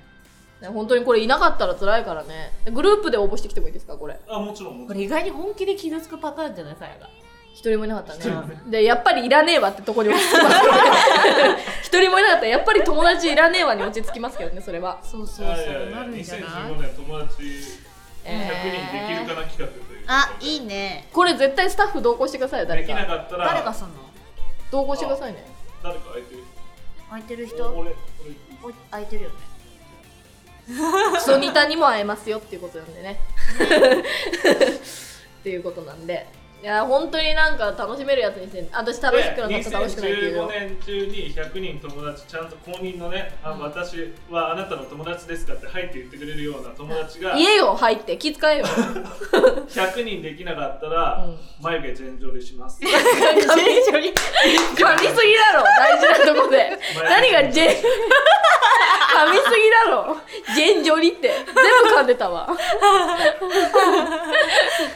[SPEAKER 1] だから本当にこれいなかったら辛いからねグループで応募してきてもいいですかこれ
[SPEAKER 3] あもちろんもち
[SPEAKER 2] こ
[SPEAKER 3] ろん
[SPEAKER 2] れ意外に本気で傷つくパターンじゃないさやが
[SPEAKER 1] 一人もいなかった
[SPEAKER 3] 一人も
[SPEAKER 1] ねでやっぱりいらねえわってとこに落ち着きますけどね一人もいなかったらやっぱり友達いらねえわに落ち着きますけどねそれは
[SPEAKER 2] そうそう
[SPEAKER 3] あいやいや2015年友達100人できるかな企画という
[SPEAKER 4] あいいね
[SPEAKER 1] これ絶対スタッフ同行してくださいよ誰
[SPEAKER 3] できな
[SPEAKER 1] か
[SPEAKER 3] かったら
[SPEAKER 2] 誰がその
[SPEAKER 1] 同行してくださいね
[SPEAKER 3] 誰か空いてる
[SPEAKER 4] 空いてる
[SPEAKER 3] お
[SPEAKER 4] 人
[SPEAKER 3] 俺
[SPEAKER 4] お空いてるよね
[SPEAKER 1] クソニタにも会えますよっていうことなんで ねっていうことなんでいや本当になんか楽しめるやつにして私楽しくな
[SPEAKER 3] 俺
[SPEAKER 1] った楽しくないっていう
[SPEAKER 3] 2015
[SPEAKER 1] よ
[SPEAKER 3] 年中に100人友達ちゃんと公認のねあ私はあなたの友達ですかって入って言ってくれるような友達が
[SPEAKER 1] 言えよ入って気遣えよ
[SPEAKER 3] 100人できなかった
[SPEAKER 1] う
[SPEAKER 3] ら
[SPEAKER 1] ん
[SPEAKER 3] 眉毛全上でし ます
[SPEAKER 1] 管理すぎだろ大事なとこで何がジェン 噛みすぎだろジェンジョリって全部噛んでたわ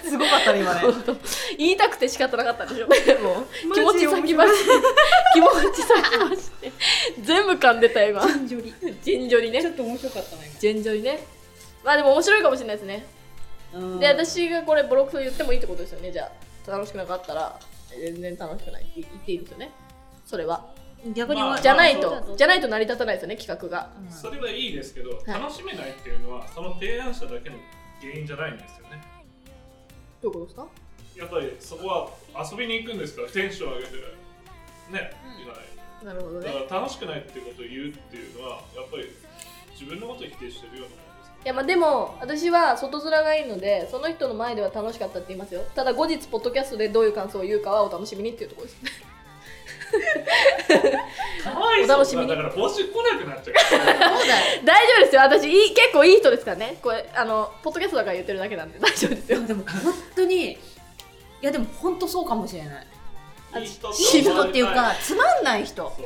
[SPEAKER 2] すごかったね 今ね
[SPEAKER 1] 言いたくて仕方なかったでしょもう
[SPEAKER 2] マ
[SPEAKER 1] 気
[SPEAKER 2] ジ
[SPEAKER 1] 持ち先走って気持ち先走って全部噛んでた今
[SPEAKER 2] ジョリ
[SPEAKER 1] ジェンジョリ
[SPEAKER 2] ちょ
[SPEAKER 1] ね
[SPEAKER 2] っと面白かったな
[SPEAKER 1] ジェンジョリねまあでも面白いかもしれないですね
[SPEAKER 2] 今
[SPEAKER 1] で私がこれボロクソ言ってもいいってことですよねじゃあ楽しくなかったら全然楽しくないって言っていいんですよねそれは
[SPEAKER 2] 逆
[SPEAKER 3] まあ
[SPEAKER 1] じゃない
[SPEAKER 3] まあ
[SPEAKER 1] とじゃないと成り立たないですよね企画が
[SPEAKER 3] それはいいですけど楽しめないっていうのはその提案者だけの原因じゃないんですよね
[SPEAKER 1] どういうことですか
[SPEAKER 3] やっぱりそこは遊びに行くんですからテンション上げてねいかない
[SPEAKER 1] なるほど
[SPEAKER 3] だか
[SPEAKER 1] ね
[SPEAKER 3] ら楽しくないってことを言うっていうのはやっぱり自分のことを否定してるようなもんです
[SPEAKER 1] いやまあでも私は外面がいいのでその人の前では楽しかったって言いますよただ後日ポッドキャストでどういう感想を言うかはお楽しみにっていうところです
[SPEAKER 3] かわい
[SPEAKER 1] お
[SPEAKER 3] そう
[SPEAKER 1] 楽しみに
[SPEAKER 3] だから報酬来なくなっち
[SPEAKER 4] そ
[SPEAKER 3] ゃう
[SPEAKER 4] うだよ
[SPEAKER 1] 大丈夫ですよ私いい結構いい人ですからねこれあのポッドキャストだから言ってるだけなんで大丈夫ですよ
[SPEAKER 2] でも本当にいやでも本当そうかもしれな
[SPEAKER 3] か
[SPEAKER 2] い
[SPEAKER 3] ら
[SPEAKER 1] あ
[SPEAKER 3] いい人
[SPEAKER 4] いい人っていうかつまんない人
[SPEAKER 3] そうそ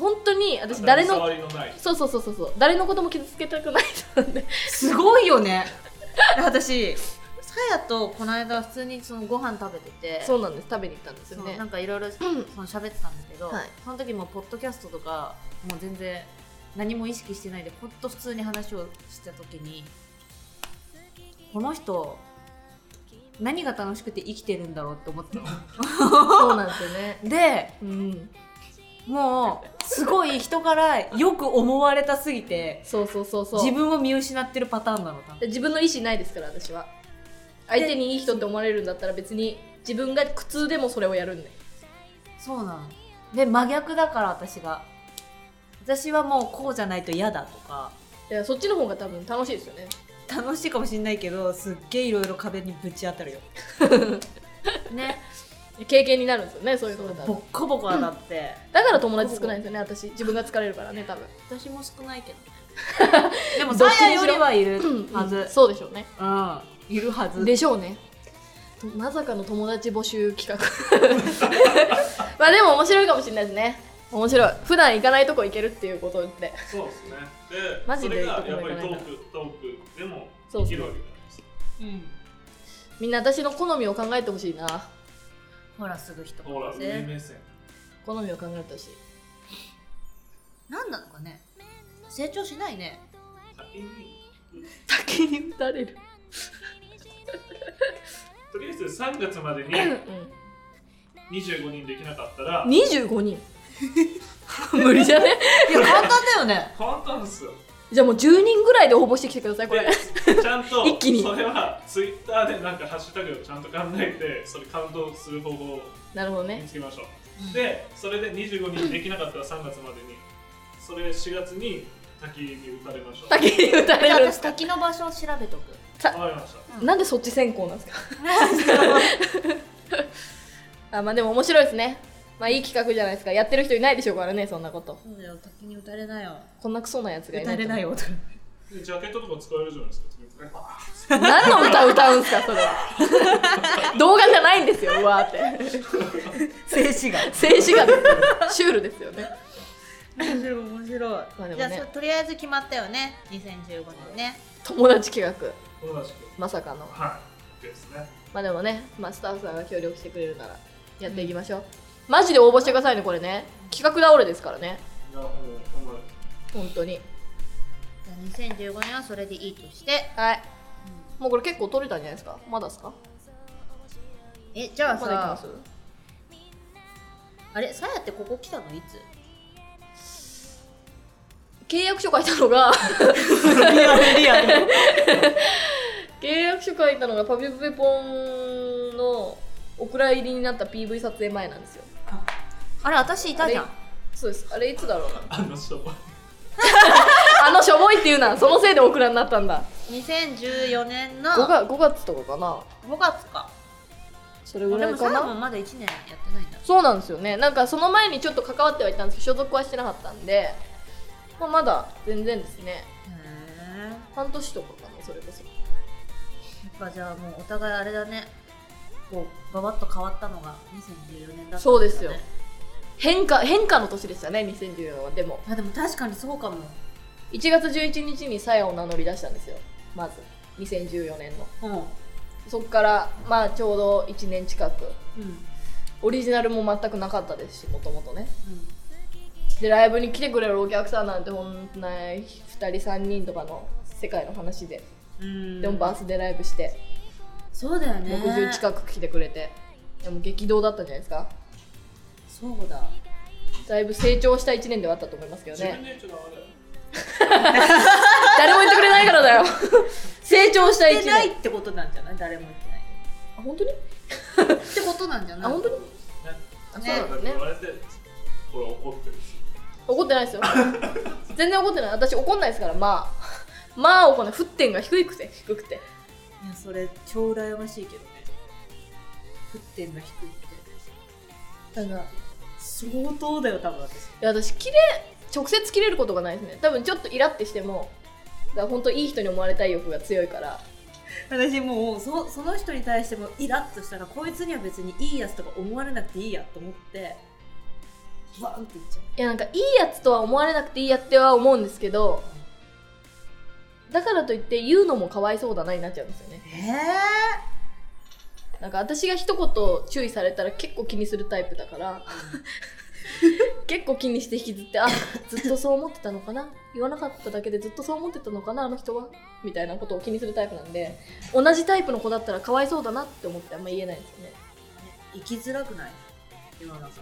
[SPEAKER 3] う
[SPEAKER 1] 本当に私誰の
[SPEAKER 3] 触りのない
[SPEAKER 1] そうそうそうそうそう誰のことも傷つけたくない人なんです
[SPEAKER 2] ごいよね 私さやとこの間普通にそのご飯食べてて
[SPEAKER 1] そうなんです食べに行ったんですよ
[SPEAKER 2] そう
[SPEAKER 1] ね
[SPEAKER 2] なんかいろいろその喋ってたんだけど、
[SPEAKER 1] はい
[SPEAKER 2] その時もポッドキャストとかもう全然何も意識してないでほんと普通に話をした時にこの人何が楽しくて生きてるんだろうって 思ってたの
[SPEAKER 1] そうなんですよね
[SPEAKER 2] で
[SPEAKER 1] うん
[SPEAKER 2] もうすごい人からよく思われたすぎて
[SPEAKER 1] そうそうそうそう
[SPEAKER 2] 自分を見失ってるパターンなの多分
[SPEAKER 1] 自分の意思ないですから私は相手にいい人って思われるんだったら別に自分が苦痛でもそれをやるんで
[SPEAKER 2] そうなので真逆だから私が私はもうこうじゃないと嫌だとか
[SPEAKER 1] いやそっちの方が多分楽しいですよね
[SPEAKER 2] 楽しいかもしんないけどすっげえいろいろ壁にぶち当たるよ
[SPEAKER 4] ね
[SPEAKER 1] 経験になるんですよねそういうことだ
[SPEAKER 2] ボッ
[SPEAKER 1] と
[SPEAKER 2] コボコ当たって、
[SPEAKER 1] だから友達少ないんですよね私自分が疲れるからね多分
[SPEAKER 2] 私も少ないけ どねでも
[SPEAKER 1] ど
[SPEAKER 2] サ
[SPEAKER 1] っち
[SPEAKER 2] ヤ
[SPEAKER 1] にしろ
[SPEAKER 2] よりはいる
[SPEAKER 1] うん
[SPEAKER 2] はず、うん
[SPEAKER 1] そうでしょうね
[SPEAKER 2] いるはず
[SPEAKER 1] でしょうねまさかの友達募集企画 まあでも面白いかもしれないですね面白い普段行かないとこ行けるっていうことって
[SPEAKER 3] そうですね
[SPEAKER 1] マ
[SPEAKER 3] で
[SPEAKER 1] ジ
[SPEAKER 3] そ
[SPEAKER 1] で
[SPEAKER 3] れがやっ
[SPEAKER 1] いいとこ
[SPEAKER 3] ぱりトー
[SPEAKER 1] 行かないな
[SPEAKER 3] クトークでも
[SPEAKER 1] そうそう
[SPEAKER 3] 生きるわけじゃないですか
[SPEAKER 2] うん
[SPEAKER 1] みんな私の好みを考えてほしいな
[SPEAKER 4] ほらすぐ人
[SPEAKER 3] ほら上目線
[SPEAKER 1] 好みを考えてほしい
[SPEAKER 4] 何なのかね成長しないね
[SPEAKER 3] 先に
[SPEAKER 1] 先に打たれる
[SPEAKER 3] とりあえず3月までに
[SPEAKER 1] う
[SPEAKER 3] 25人できなかったら
[SPEAKER 1] ん、25人 無理じゃね
[SPEAKER 2] いや簡単だよね
[SPEAKER 3] 簡単ですよ
[SPEAKER 1] じゃあもう10人ぐらいで応募してきてくださいこれ
[SPEAKER 3] でちゃんと
[SPEAKER 1] 一気に
[SPEAKER 3] それはツイッターでなんかハッシュタグをちゃんと考えてそれカウントする方法を
[SPEAKER 1] なるほど
[SPEAKER 3] 見
[SPEAKER 1] ね
[SPEAKER 3] つけましょう、でそれで25人できなかったら3月までにそれ4月に滝に打たれましょう
[SPEAKER 1] 先に打た
[SPEAKER 4] じゃあ
[SPEAKER 1] れる
[SPEAKER 4] 私滝の場所を調べ とく
[SPEAKER 3] わかりました
[SPEAKER 1] なんでそっち先行なんですかあまあでも面白いですねまあいい企画じゃないですかやってる人いないでしょうからねそんなこと
[SPEAKER 4] そうだよ滝に打たれなよ
[SPEAKER 1] こんなクソなやつが
[SPEAKER 2] 打
[SPEAKER 1] いな
[SPEAKER 2] た
[SPEAKER 1] いと
[SPEAKER 2] れないよ
[SPEAKER 3] でジャケットとか使えるじゃないですか
[SPEAKER 1] 何の歌歌うんすかそ れ動画じゃないんですようわーって
[SPEAKER 2] 静止画
[SPEAKER 1] 静止画ですシュールですよね
[SPEAKER 2] 面白い面白い
[SPEAKER 1] まあで
[SPEAKER 4] じゃ
[SPEAKER 1] も
[SPEAKER 4] あ
[SPEAKER 1] ね
[SPEAKER 4] そとりあえず決まったよね2015年ね
[SPEAKER 1] 友達企画
[SPEAKER 3] 友達と
[SPEAKER 1] まさかの
[SPEAKER 3] はいですね
[SPEAKER 1] まあでもね、まあ、スタッフさんが協力してくれるならやっていきましょう、マジで応募してくださいねこれね企画倒れですからね
[SPEAKER 3] いやもうほんまに
[SPEAKER 1] 本当に
[SPEAKER 4] じゃあ2015年はそれでいいとして
[SPEAKER 1] はいもうこれ結構取れたんじゃないですかまだですか
[SPEAKER 4] えじゃあ
[SPEAKER 1] まだいきま
[SPEAKER 4] さ
[SPEAKER 1] す
[SPEAKER 4] あれさやってここ来たのいつ
[SPEAKER 1] 契約書書いたのが
[SPEAKER 2] リアルリアル
[SPEAKER 1] 契約書書いたのがパピプペポンのお蔵入りになった PV 撮影前なんですよ
[SPEAKER 4] あれ私いたじゃん
[SPEAKER 1] あそうですあれいつだろうな
[SPEAKER 3] あの人は
[SPEAKER 1] あのしょぼいっていうなそのせいでお蔵になったんだ
[SPEAKER 4] 2014年の
[SPEAKER 1] 5, が5月とかかな
[SPEAKER 4] 5月か
[SPEAKER 1] それ
[SPEAKER 4] で
[SPEAKER 1] ぐらい
[SPEAKER 4] もさ
[SPEAKER 1] か
[SPEAKER 4] や
[SPEAKER 1] な
[SPEAKER 4] もまだ1年やってないんだ
[SPEAKER 1] そうなんですよねなんかその前にちょっと関わってはいたんですけど所属はしてなかったんで、まあ、まだ全然ですね
[SPEAKER 4] へえ
[SPEAKER 1] 半年とかかなそれこそ
[SPEAKER 4] やっぱじゃあもうお互いあれだねこうババッと変わったのが2014年だったんだ、ね、
[SPEAKER 1] そうですよ変化変化の年でしたね2014はでも
[SPEAKER 4] あでも確かにそうかも
[SPEAKER 1] 1月11日にさやを名乗り出したんですよまず2014年の
[SPEAKER 4] うんうん
[SPEAKER 1] そっからまあちょうど1年近くオリジナルも全くなかったですしもともとねでライブに来てくれるお客さんなんてほんとない2人3人とかの世界の話で
[SPEAKER 4] うん
[SPEAKER 1] でもバースデーライブして
[SPEAKER 4] そうだよね
[SPEAKER 1] 60近く来てくれてでも激動だったんじゃないですか
[SPEAKER 4] そうだ
[SPEAKER 1] だいぶ成長した1年ではあったと思いますけど
[SPEAKER 3] 自分
[SPEAKER 1] ね
[SPEAKER 3] で言っちゃダメだよ
[SPEAKER 1] 誰も言ってくれないか らだよ成長した
[SPEAKER 4] 言
[SPEAKER 1] 1
[SPEAKER 4] ってない
[SPEAKER 1] 年
[SPEAKER 4] ってことなんじゃない誰も言ってない
[SPEAKER 1] あ本当に
[SPEAKER 4] ってことなんじゃない
[SPEAKER 1] あ本当にあ
[SPEAKER 3] ね
[SPEAKER 1] そうなんだね
[SPEAKER 3] 言われてほら怒ってるし
[SPEAKER 1] 怒ってないですよ全然怒ってない私怒んないですからまあ まあ怒んない沸点が低くて低くて
[SPEAKER 2] いやそれ超羨ましいけどね沸点が低いって
[SPEAKER 1] なんか
[SPEAKER 2] 相当だよ多分私
[SPEAKER 1] いや私切れ直接切れることがないですね多分ちょっとイラってしてもだから本当いい人に思われたい欲が強いから
[SPEAKER 2] 私もうそその人に対してもイラッとしたらこいつには別にいいやつとか思われなくていいやと思ってバーンっていっちゃう
[SPEAKER 1] いやなんかいいやつとは思われなくていいやっては思うんですけどだからといって言うのもかわいそうだなになっちゃうんですよね
[SPEAKER 4] え
[SPEAKER 1] なんか私が一言注意されたら結構気にするタイプだから結構気にして引きずってあずっとそう思ってたのかな言わなかっただけでずっとそう思ってたのかなあの人はみたいなことを気にするタイプなんで同じタイプの子だったらかわいそうだなって思ってあんま言えないですよね
[SPEAKER 2] 生きづらくない世の中そ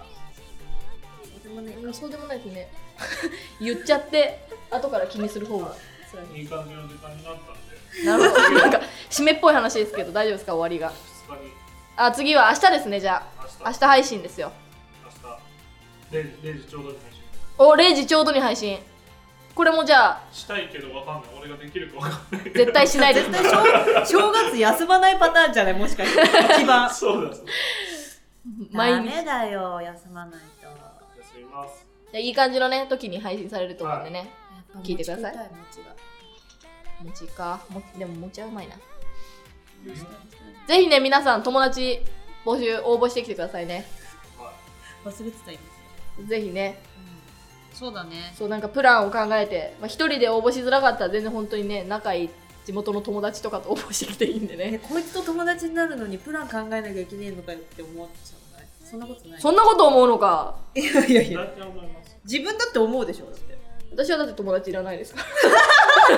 [SPEAKER 2] うでもね
[SPEAKER 1] うんそうでもないですね言っちゃって後から気にする方が辛い
[SPEAKER 3] いい感じの時間になったんで
[SPEAKER 1] なるほど なんか締めっぽい話ですけど大丈夫ですか終わりが
[SPEAKER 3] 2日に
[SPEAKER 1] あ次は明日ですねじゃあ
[SPEAKER 3] 明
[SPEAKER 1] 明
[SPEAKER 3] 日
[SPEAKER 1] 日配信ですよ
[SPEAKER 3] 明日0時0時ちょうどに配信
[SPEAKER 1] お0時ちょうどに配信これもじゃあ
[SPEAKER 3] したいけどわかんない俺ができるかわかんない
[SPEAKER 1] 絶対しないです
[SPEAKER 2] 絶対正正月休まないパターンじゃないもしかして一番
[SPEAKER 3] そうだそうだ
[SPEAKER 4] ダ
[SPEAKER 1] 毎日
[SPEAKER 4] メだよ休まないとやっ
[SPEAKER 3] 休みます
[SPEAKER 1] いい感じのね時に配信されると思うんでね
[SPEAKER 4] ぱ
[SPEAKER 1] 聞いてください
[SPEAKER 4] 持ち食いたい持ちが
[SPEAKER 1] 餅かもでも餅はうまいなぜひね皆さん友達募集応募してきてくださいね
[SPEAKER 2] 忘れてた今
[SPEAKER 1] ぜひね
[SPEAKER 4] そうだね
[SPEAKER 1] そうなんかプランを考えて、まあ、一人で応募しづらかったら全然本当にね仲いい地元の友達とかと応募してきていいんで
[SPEAKER 2] え
[SPEAKER 1] ね
[SPEAKER 2] こいつと友達になるのにプラン考えなきゃいけねえのかよって思っちゃうないそんなことない
[SPEAKER 1] そんなこと思うのか
[SPEAKER 2] いやいやいや
[SPEAKER 3] 大体思います
[SPEAKER 2] 自分だって思うでしょだって
[SPEAKER 1] 私はだって友達いらないですから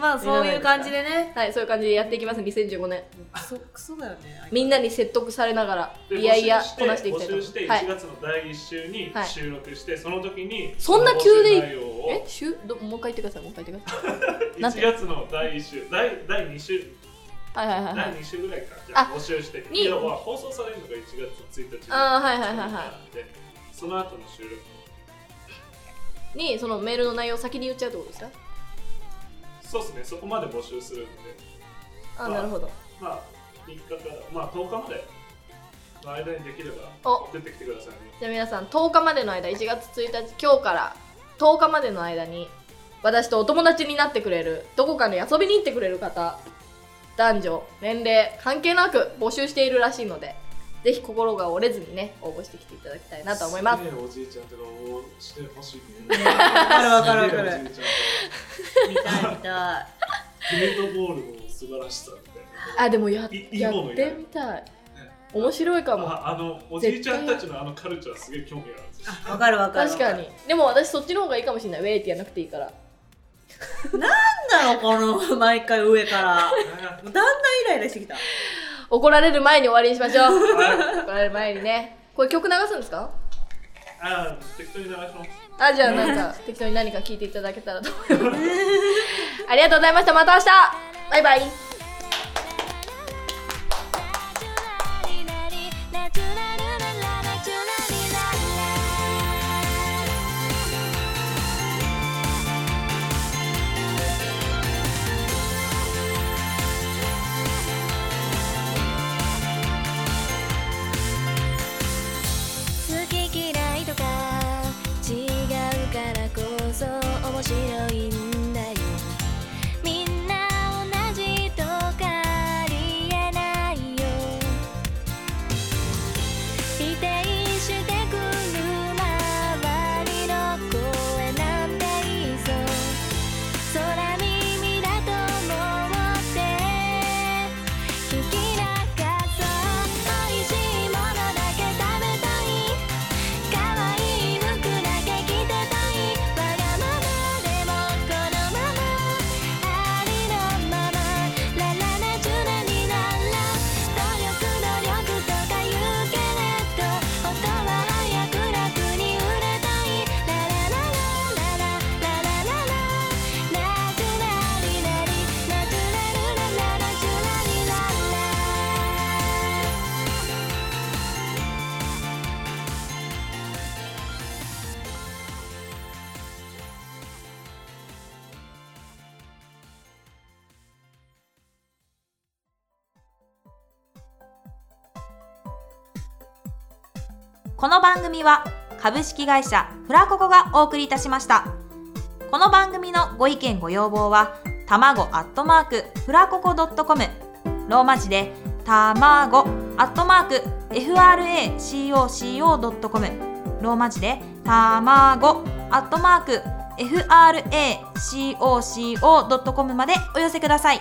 [SPEAKER 4] まあそういう感じでね
[SPEAKER 1] はいそういう感じでやっていきます2015年
[SPEAKER 2] クソクソだよね
[SPEAKER 1] みんなに説得されながら
[SPEAKER 3] で
[SPEAKER 1] いやいや
[SPEAKER 3] 募集して
[SPEAKER 1] こなしていきたいと
[SPEAKER 3] 募
[SPEAKER 1] 思
[SPEAKER 3] 集して
[SPEAKER 1] います
[SPEAKER 3] 1月の第1週に
[SPEAKER 1] はい
[SPEAKER 3] 収録して、その時に
[SPEAKER 1] そんな急でいい
[SPEAKER 3] 募集内容を
[SPEAKER 1] えしゅどもう一回言ってくださいもう一回言ってくだなん
[SPEAKER 3] 1
[SPEAKER 1] て
[SPEAKER 3] 月の第1週第第2週
[SPEAKER 1] さいはいはいはいはい
[SPEAKER 3] 第2週ぐらいからじゃあ
[SPEAKER 1] あ
[SPEAKER 3] 募集して
[SPEAKER 1] に
[SPEAKER 3] 要は放送されるのが1月の1日
[SPEAKER 1] あーはいはいはいは
[SPEAKER 3] でその後の収録
[SPEAKER 1] いにそのメールの内容を先に言っちゃうってことですか
[SPEAKER 3] そうですねそこまで募集するんで
[SPEAKER 1] あなるほど
[SPEAKER 3] まあ3日からまあ10日までの間にできれば
[SPEAKER 1] お
[SPEAKER 3] 送ってきてくださいね
[SPEAKER 1] じゃあ皆さん10日までの間1月1日今日から10日までの間に私とお友達になってくれるどこかに遊びに行ってくれる方男女年齢関係なく募集しているらしいのでぜひ心が折れずにね応募してきていただきたいなと思います
[SPEAKER 3] げえおじいちゃんとか応募してほ しいね
[SPEAKER 2] わかるわかるわかる
[SPEAKER 3] すげえおじいちゃん
[SPEAKER 4] 見たい見たい
[SPEAKER 3] キネットボールの素晴らしさみたいな
[SPEAKER 1] あでもや
[SPEAKER 3] いいい
[SPEAKER 1] や
[SPEAKER 3] もの
[SPEAKER 1] っ
[SPEAKER 3] や
[SPEAKER 1] てみたい面白いかも
[SPEAKER 3] ああのおじいちゃんたちのあのカルチャーすげえ興味があるんですよ
[SPEAKER 4] わかるわかる
[SPEAKER 1] 確かにでも私そっちの方がいいかもしれないウェイってやらなくていいから
[SPEAKER 2] なんだろうこの毎回上から
[SPEAKER 3] は
[SPEAKER 2] もうだんだんイライラしてきた
[SPEAKER 1] 怒られる前に終わりにしましょう
[SPEAKER 3] い
[SPEAKER 1] 怒られる前にねこれ曲流すんですか
[SPEAKER 3] あ適当に流します
[SPEAKER 1] あじゃあなんか適当に何か聞いていただけたらと思います ありがとうございましたまた明日バイバイ
[SPEAKER 5] 好き嫌いとか違うからこそ面白いんだよみんな同じとかありえないよ否定してくる周りの声なんていいぞ空耳だと思って「聞きながら美味しいものだけ食べたい」「可愛い服だけ着てたい」「わがままでもこのまま」「ありのままララナチュラになら」「努力努力とか言うけれど」「お
[SPEAKER 6] この番組は株式会社フラココがお送りいたしましたこの番組のご意見ご要望は卵アットマークフラココ .com ローマ字で卵アットマーク FRACOCO.com ローマ字で卵アットマーク FRACOCO.com までお寄せください